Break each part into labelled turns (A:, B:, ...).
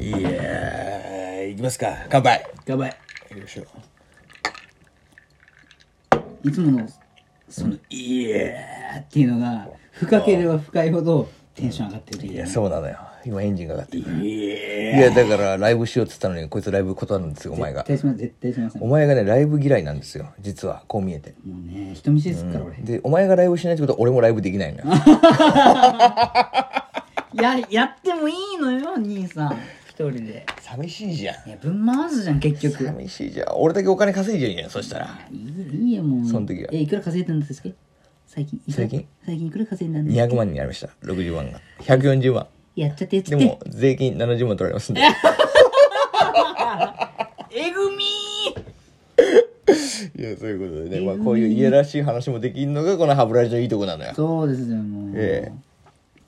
A: いやー、いきますか。乾杯。
B: やばい
A: よいしょ。
B: いつものその「いやー」っていうのが深ければ深いほどテンション上がってる
A: い
B: い
A: や、そうなのよ。今エンジンがかかってる。い
B: や
A: や、だからライブしようって言ったのに、こいつライブ断るんですよ、お前が
B: 絶。対しません絶対しません
A: お
B: も
A: 前がね、ライブ嫌いなんですよ。実は、こう見えて。
B: うね人見知りすっから俺
A: で、お前がライブしないってことは俺もライブできないのよ。
B: ややってもいいのよ兄さん一人で
A: 寂しいじゃん。
B: いやぶん回すじゃん結局
A: 寂しいじゃん。俺だけお金稼いじゃいいじゃん、そしたら。
B: いいいいよもう
A: その時は
B: えいくら稼いだんですか最近いくら
A: 最近
B: 最近いくら稼いだんです
A: 200万になりました。60万が。140万。
B: やっちゃってやっち
A: で
B: ゃって
A: も、税金70万取られます んで。
B: えぐみー
A: いや、そういうことでね、まあ、こういういやらしい話もできるのが、この歯ブラシのいいとこなのよ。
B: そうですよもう
A: ええ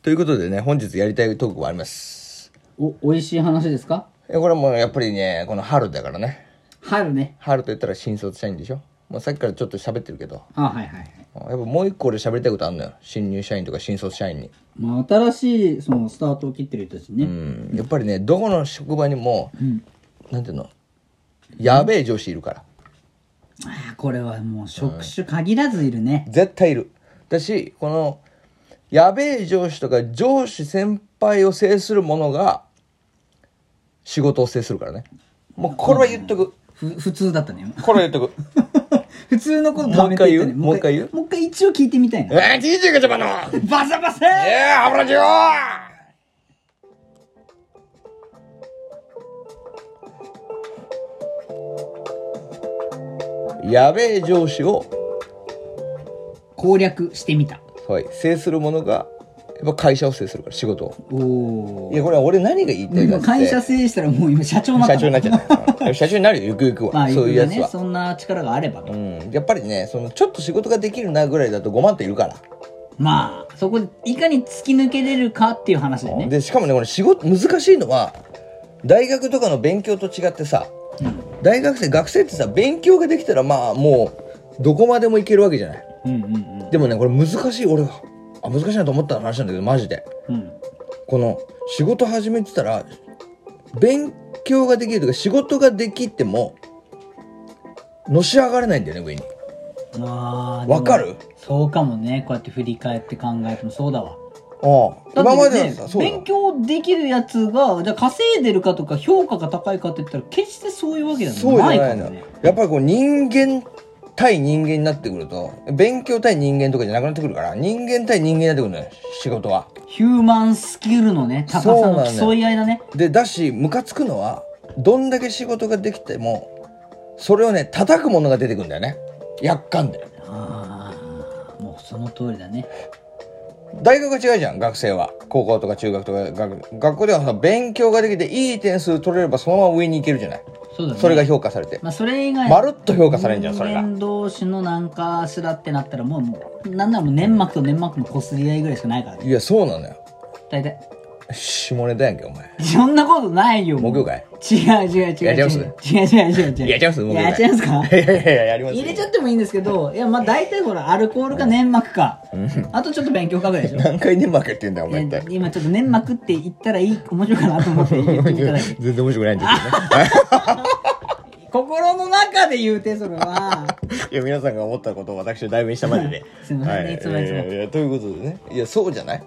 A: ということでね、本日やりたいトークもあります。
B: おおいしい話ですか
A: えこれはもうやっぱりね、この春だからね。
B: 春ね
A: 春と言ったら新卒社員でしょもうさっきからちょっと喋ってるけど。
B: あはいはいはい
A: やっぱもう一個俺喋りたいことあるのよ。新入社員とか新卒社員に。
B: まあ、新しいそのスタートを切ってる人たちね、
A: うん。やっぱりね、どこの職場にも、なんていうのやべえ上司いるから。
B: ああこれはもう職種限らずいるね、
A: 絶対いる。だし、この、やべえ上司とか上司先輩を制する者が、仕事を制するからね。もうこれは言っとく。
B: ふ普通だったね
A: これは言っとく。
B: 普通のことダメって言ったね
A: もう一回言う
B: もう一回一応聞いてみたいな
A: えー、DJ ガチャマンのえ
B: バサバサ
A: ー、油じよやべえ上司を、
B: 攻略してみた
A: はい、制する者が、やっぱ会社を制するから、仕事を。
B: おお
A: いや、これは俺何が言いたいか
B: 今
A: って。
B: 会社制したらもう今社長になった
A: 社長になっちゃった。 社長になるよ、ゆくゆくは。
B: まあ
A: そういうやつ
B: ね
A: は。
B: そんな力があればと、
A: うん。やっぱりね、その、ちょっと仕事ができるなぐらいだと5万っているから。
B: まあそこでいかに突き抜けれるかっていう話でね
A: でしかもねこれ仕事難しいのは大学とかの勉強と違ってさ、大学生学生ってさ勉強ができたらまあもうどこまでもいけるわけじゃない
B: うんうんうん
A: でもねこれ難しい俺があ難しいなと思った話なんだけどマジで
B: うん
A: この仕事始めてたら勉強ができるとか仕事ができてものし上がれないんだよね上に
B: あーでも
A: わかる
B: そうかもねこうやって振り返って考えてもそうだわ
A: ああ
B: だってね
A: 今までのさそうだ
B: 勉強できるやつがじゃあ稼いでるかとか評価が高いかって言ったら決してそういうわけじゃない
A: そうじゃないの
B: から
A: よ
B: ね
A: やっぱりこう人間対人間になってくると勉強対人間とかじゃなくなってくるから人間対人間になってくるのよ仕事は
B: ヒューマンスキルのね高さ
A: そうな
B: の
A: のよ
B: 競い合いだね
A: でだしムカつくのはどんだけ仕事ができてもそれをね叩くものが出てくるんだよねやっかんで
B: ああもうその通りだね
A: 大学が違うじゃん学生は高校とか中学とか学学校ではさ勉強ができていい点数取れればそのまま上に行けるじゃない
B: そうだね
A: それが評価されて
B: まあそれ以外
A: まるっと評価されんじゃんそれが
B: 人間同士のなんかしらってなったらもうもうなんならもう粘膜と粘膜の擦り合いぐらいしかないからね
A: いやそうなのよ
B: 大体
A: 下ネタやんけお前
B: そんなことないよも
A: 木
B: う
A: 魚かい
B: 違う違う違う違う
A: やっちゃいます
B: 違う違う違う違う
A: やっちゃいます木魚か
B: やっちゃいますか
A: いやいやいややりますよ
B: 入れちゃってもいいんですけど、いや、まあ大体ほら、アルコールか粘膜か、あとちょっと勉強かぐらいでしょ。
A: 何回粘膜やってんだよお前一
B: いや
A: 体
B: 今ちょっと粘膜って言ったらいい、面白いかなと思って言ってみただけ。
A: 全然面白くないんですけどね
B: 心の中で言うて、それは。
A: いや皆さんが思ったことを私は代弁したまでで
B: すいませんねいつもいつも
A: やややということでねいやそうじゃない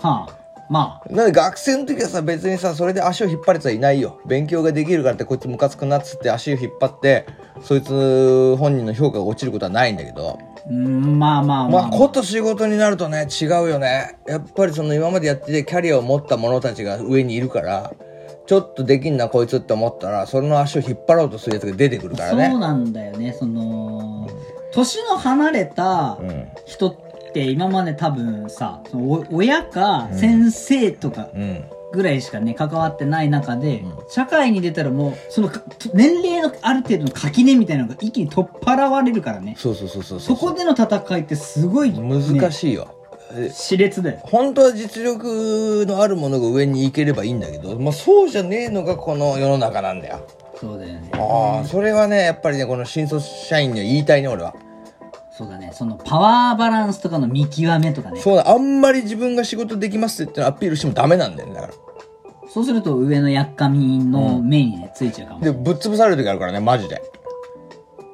B: はあ、まあ、
A: なんで学生の時はさ別にさそれで足を引っ張れてはいないよ勉強ができるからってこいつムカつくなっつって足を引っ張ってそいつ本人の評価が落ちることはないんだけど
B: うん、まあまあま
A: ま
B: あ。
A: あこと仕事になるとね違うよねやっぱりその今までやっててキャリアを持った者たちが上にいるからちょっとできんなこいつって思ったらその足を引っ張ろうとするやつが出てくるからね
B: そうなんだよね、その、年の離れた人って今まで多分さ、そのお親か先生とか、
A: うん
B: ぐらいしかね関わってない中で、社会に出たらもうそのか年齢のある程度の垣根みたいなのが一気に取っ払われるからね
A: そうそうそうそう
B: そこでの戦いってすごい、ね、
A: 難しいよ、え
B: 熾烈だよ
A: 本当は実力のあるものが上に行ければいいんだけど、まあ、そうじゃねえのがこの世の中なんだよ
B: そうだよね
A: ああそれはねやっぱりねこの新卒社員には言いたいね俺は
B: そうだねそのパワーバランスとかの見極めとかね
A: そうだあんまり自分が仕事できますって言ってのをアピールしてもダメなんだよねだから
B: そうすると上のやっかみの目にね、ついちゃうかもし
A: で、
B: れない。
A: ぶっ潰される時あるからね、マジで。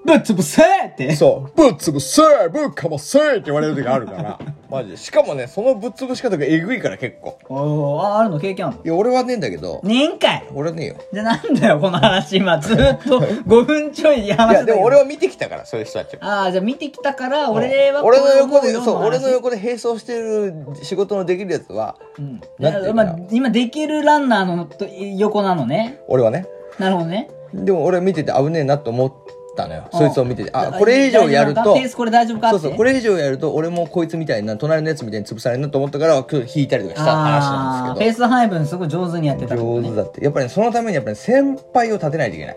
B: ぶっ潰せーって
A: そう、ぶっ潰せぶっかませって言われる時あるから、マジで。しかもね、そのぶっ潰し方がえぐいから結構。
B: おーあ、あるの経験あるの
A: いや、俺はねえんだけど、
B: ねえんかい
A: 俺はねえよ。
B: じゃ、なんだよ、この話、今、ずーっと5分ちょいや
A: いや、
B: 話してたけ
A: で
B: ど
A: も俺は見てきたから、そういう人たちを。
B: ああ、じゃあ見てきたから、俺はこ
A: 俺の
B: う思
A: 横
B: う
A: で、
B: よ
A: そう、俺の
B: 話
A: 横で並走してる仕事のできるやつは、
B: うん
A: なんていうか
B: ま
A: な
B: あ、今できるランナーのと横なのね。
A: 俺はね。
B: なるほどね。
A: でも俺は見てて危ねえなと思ったのよ。
B: うん
A: そいつを見てて。あ、
B: だ
A: これ以上やる
B: 大丈
A: と
B: 夫かペ、ースこれ大丈夫か
A: そうそう、こ
B: れ
A: れ以上やると俺もこいつみたいな、隣のやつみたいに潰されるなと思ったから、今日引いたりとかした話なんですけど。
B: ペース配分すごい上手にやってたってこと
A: 上
B: ね
A: 手だってやっぱり、そのためにやっぱり先輩を立てないといけない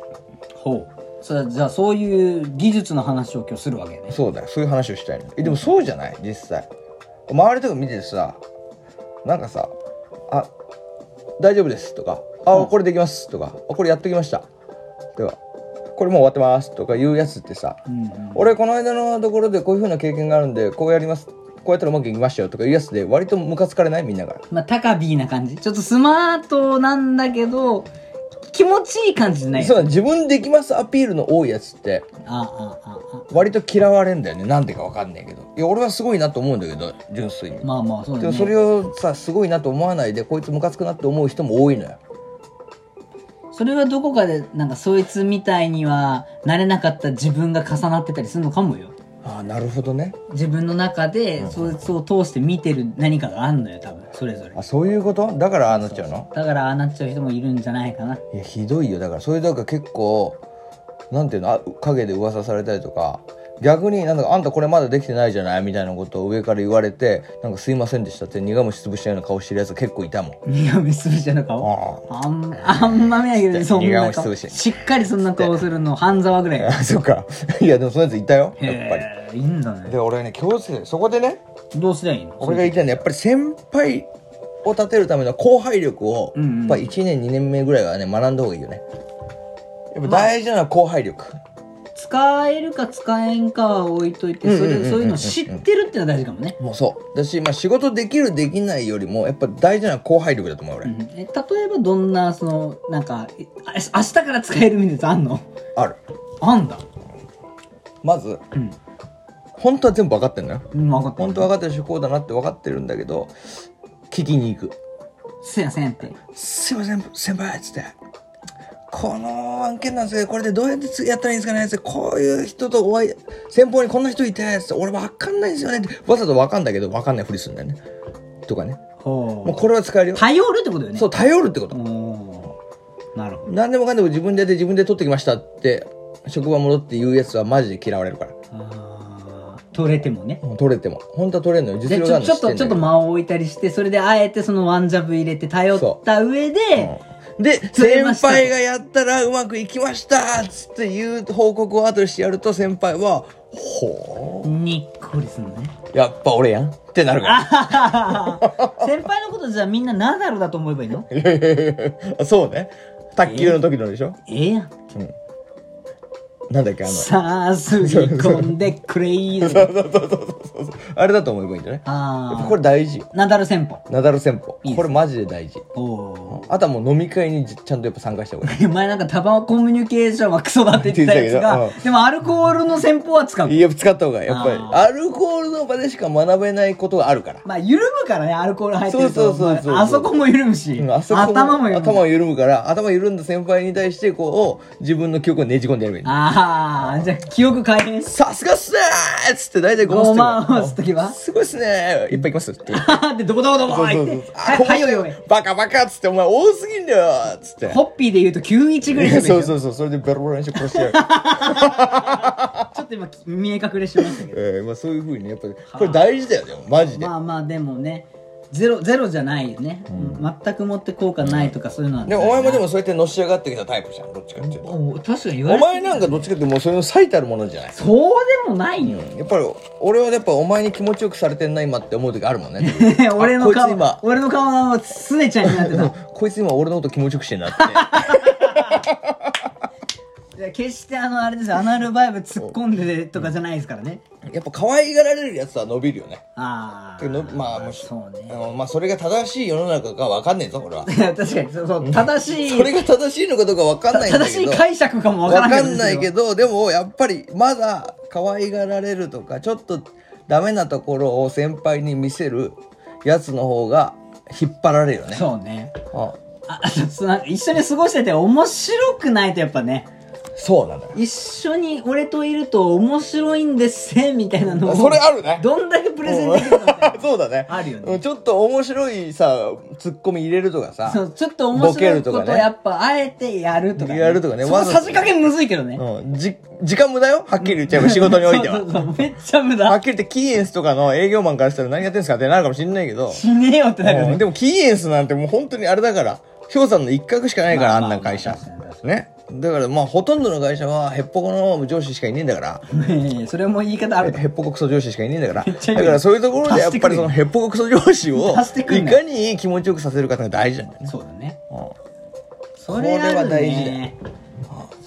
B: ほう。それじゃあそういう技術の話を今日するわけね。
A: そうだよそういう話をしたいのえでもそうじゃない実際周りとか見ててさなんかさ「あ大丈夫です」とか「あ、これできます」とかあ「これやっときました」とか「これもう終わってます」とかいうやつってさ、
B: うんうん
A: 俺この間のところでこういうふうな経験があるんでこうやりますこうやったらうまくいきましたよとかいうやつで割とムカつかれないみんなから
B: まあ、高ビーな感じ。ちょっとスマートなんだけど、気持ちいい感じじゃない
A: そう
B: う
A: だ自分できますアピールの多いやつって
B: ああ、ああ、あ
A: 割と嫌われんだよねなんでかわかんないけどいや俺はすごいなと思うんだけど純粋に
B: あ。まあまあ、そうだ
A: で
B: ね。
A: もそれをさすごいなと思わないでこいつムカつくなって思う人も多いのよ
B: それはどこかで、なんかそいつみたいにはなれなかった自分が重なってたりするのかもよ。
A: ああなるほどね
B: 自分の中で、そいつを通して見てる何かがあるのよ、多分、それぞれ。
A: あそういうことだからああなっちゃうの
B: だから、ああなっちゃう人もいるんじゃないかな。
A: いやひどいよだからそれだから結構なんていうのあ陰で噂されたりとか逆になんだかあんたこれまだできてないじゃないみたいなことを上から言われてなんかすいませんでしたって苦虫潰したような顔してるやつ結構いたもん
B: 苦虫潰しちゃうの顔。
A: あ
B: あん、あんま見ないけど、そんな
A: 苦
B: 顔。
A: 虫潰し
B: しっかりそんな顔するの、半沢 ぐらい。
A: あそっかいやでもそのやついたよやっぱり
B: へえ、いいんだね
A: で。俺ね強制そこでね
B: どうすりゃいいの
A: 俺が言いたいのはやっぱり先輩を立てるための後輩力を、
B: うんうん
A: やっぱ1年2年目ぐらいはね学んだ方がいいよねやっぱ大事なのは後輩力、
B: 使えるか使えんかは置いといてそれそういうの知ってるってのは大事かもね、
A: もうそうだし、まあ、仕事できるできないよりもやっぱ大事なのは後輩力だと思うよ
B: う
A: 俺、
B: んえ例えばどんなそのなんかえあ明日から使えるみたいなやつあんの
A: ある
B: あんだ
A: まず
B: うん、
A: 本当は全部分かってるのよ
B: うん、分かった
A: 本当は分かってるしこうだなって分かってるんだけど聞きに行く
B: せやせやって
A: 「すいません先輩」っつって「この案件なんですけどこれでどうやってつやったらいいんですかね」つってこういう人とお会い先方にこんな人いて」つって「俺分かんないんですよね」ってわざと分かんだけど分かんないふりするんだよねとかねもう
B: ほ
A: これは使えるよ
B: う頼るってことよね
A: そう頼るってこと
B: おーなるほど
A: 何でもかんでも自分でやって自分で取ってきましたって職場戻って言うやつはマジで嫌われるから
B: あー取れてもね
A: もう取れても本当は取れんのよ
B: で
A: 実
B: ち
A: 力
B: ょ
A: なん
B: ちょっとちょっと
A: っ
B: 間を置いたりしてそれであえてそのワンジャブ入れて頼った上で、
A: で
B: 釣れ
A: 先
B: ましたと
A: 輩がやったらうまくいきましたっつっていう報告を後でしてやると先輩は「ほう」
B: にっこりするのね
A: やっぱ俺やんってなるか
B: 先輩のことじゃあみんなナダルだと思えばいいのえ
A: ら。 そうね。卓球の時のでしょ、
B: えやん。
A: なんだっけあの。そう
B: さあ、すり込んでくれい ぞ。
A: そうそうそうそう。あれだと思えばいいんじゃないやっ
B: あ
A: ぱこ
B: あ。
A: れ大事。
B: ナダル戦法。
A: ナダル戦法。
B: いいです
A: これマジで大事。
B: おお
A: あとはもう飲み会にじちゃんとやっぱ参加した方がいい。
B: ー。前なんかタバココミュニケーションはクソだって言ってたやつ
A: 言ってたけど
B: が、でもアルコールの戦法は使う。
A: いや、使った方がやっぱり
B: あ。ー
A: アルコールの場でしか学べないことがあるから。
B: まあ、緩むからね、アルコール入ってる
A: そ
B: と。
A: うそうそうそう
B: まああそこも緩むし、
A: うんあそこ
B: 頭も緩
A: 頭
B: む。
A: も緩むから、頭緩んだ先輩に対して、こう、自分の記憶をねじ込んでやるばいい。
B: ああ、じゃあ記憶改変す。
A: さすがっすねーっつって大体
B: ご
A: ゴ
B: まを
A: マ
B: 押すときは、
A: すごいっすねーいっぱい行きますって。
B: は はってどこどこどこ入って、
A: あ
B: はい、はい、よいよい。
A: バカバカっつって、お前多すぎんだよっつって。
B: ホッピーで言うと91ぐらいのでし
A: そ
B: ょ
A: うそうそう、それでベロベロにして殺 してやる。
B: ちょっと今き見え隠れしてまし たけど
A: えーまあそういうふうにね、やっぱり、これ大事だよね、マジで。
B: まあまあでもねゼロゼロじゃないよね、全くもって効果ないとかそういうのは
A: でもお前もでもそうやってのし上がってきたタイプじゃん、どっちかっていうと。
B: お確かに言わ
A: お
B: れて
A: 前なんかどっちかってもうそれの最たるものじゃない。
B: そうでもないよ、
A: やっぱり、俺はやっぱお前に気持ちよくされてんな今って思う時あるも んね。
B: 俺の
A: あこいつ
B: 顔
A: 今
B: 俺の顔は すねちゃんになってた
A: こいつ今俺のこと気持ちよくしてんなって。
B: いや決してあのあれですよアナルバイブ突っ込んでとかじゃないですからね、
A: やっぱ可愛がられるやつは伸びるよね
B: ああ
A: けどまあもし
B: そう
A: あ
B: ね
A: のまあそれが正しい世の中かわかんねえぞ俺は
B: いや確かにそうそう正しい
A: それが正しいのかどうかわかんないんだ
B: 正し
A: け
B: い
A: ど
B: 解釈かもわ
A: わ
B: から
A: か
B: ない
A: んないけ
B: ど
A: どでもやっぱりまだ可愛がられるとかちょっとダメなところを先輩に見せるやつの方が引っ張られるよね
B: そうね
A: あ
B: あ あとそうなんか一緒に過ごしてて面白くないとやっぱね
A: そうなのよ
B: 一緒に俺といると面白いんですせみたいなのを
A: それあるね
B: どんだけプレゼンできるのみたい
A: そうだね
B: あるよね
A: うんちょっと面白いさツッコミ入れるとか
B: な
A: さ
B: そうちょっと面白いこ
A: ボケるとか
B: と
A: ね
B: やっぱあえてやるとか、
A: やるとかね
B: その
A: わざと
B: さじ加減むずいけどね、
A: うん、じ時間無駄よはっきり言っちゃえば仕事においては
B: そうそうそうめっちゃ無
A: は
B: 駄
A: っきり言ってキーエンスとかの営業マンからしたら何やってんすかってなるかもしんないけど
B: 死ねよってなるよ
A: う
B: ね
A: んでもキーエンスなんてもう本当にあれだから氷山の一角しかないから
B: ま
A: あ
B: あ
A: ん
B: まあ
A: な会社
B: まあ確かに確
A: ねだからまあほとんどの会社はへっぽこの上司しかいねえんだから
B: ねえそれも 言い方ある
A: へっぽこクソ上司しかいねえんだから
B: めっちゃ
A: だ
B: 言う
A: からそういうところでやっぱりその
B: 足
A: へっぽこクソ上司を
B: 足してくん
A: い
B: ね
A: かに気持ちよくさせるかってのが大事なんだよね
B: そうだね
A: う
B: それあ
A: これは
B: る
A: 大事だよ
B: ね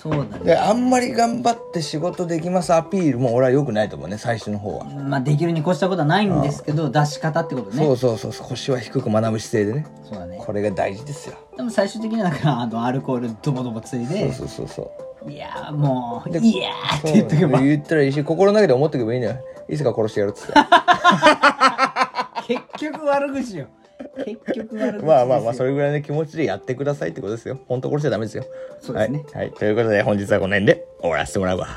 B: そうだ
A: んで
B: ね
A: あんまり頑張って仕事できますアピールも俺は良くないと思うね最初の方は
B: まあできるに越したことはないんですけど出し方ってことね
A: そうそうそう腰は低く学ぶ姿勢でね
B: そうだね
A: これが大事ですよ
B: でも最終的にはだからあのアルコールドボドボつい
A: そう
B: で
A: そうそうそう
B: いやーもう
A: で
B: いやーって言っとけば
A: そう言ったらいいし心の中で思っとけばいいんだよいつか殺してやるっつって
B: 結局悪口よ結局悪口ですよ
A: まあまあまあそれぐらいの気持ちでやってくださいってことですよ本当殺しちゃダメですよ
B: そうですね
A: はい、はい、ということで本日はこの辺で終わらせてもらうわ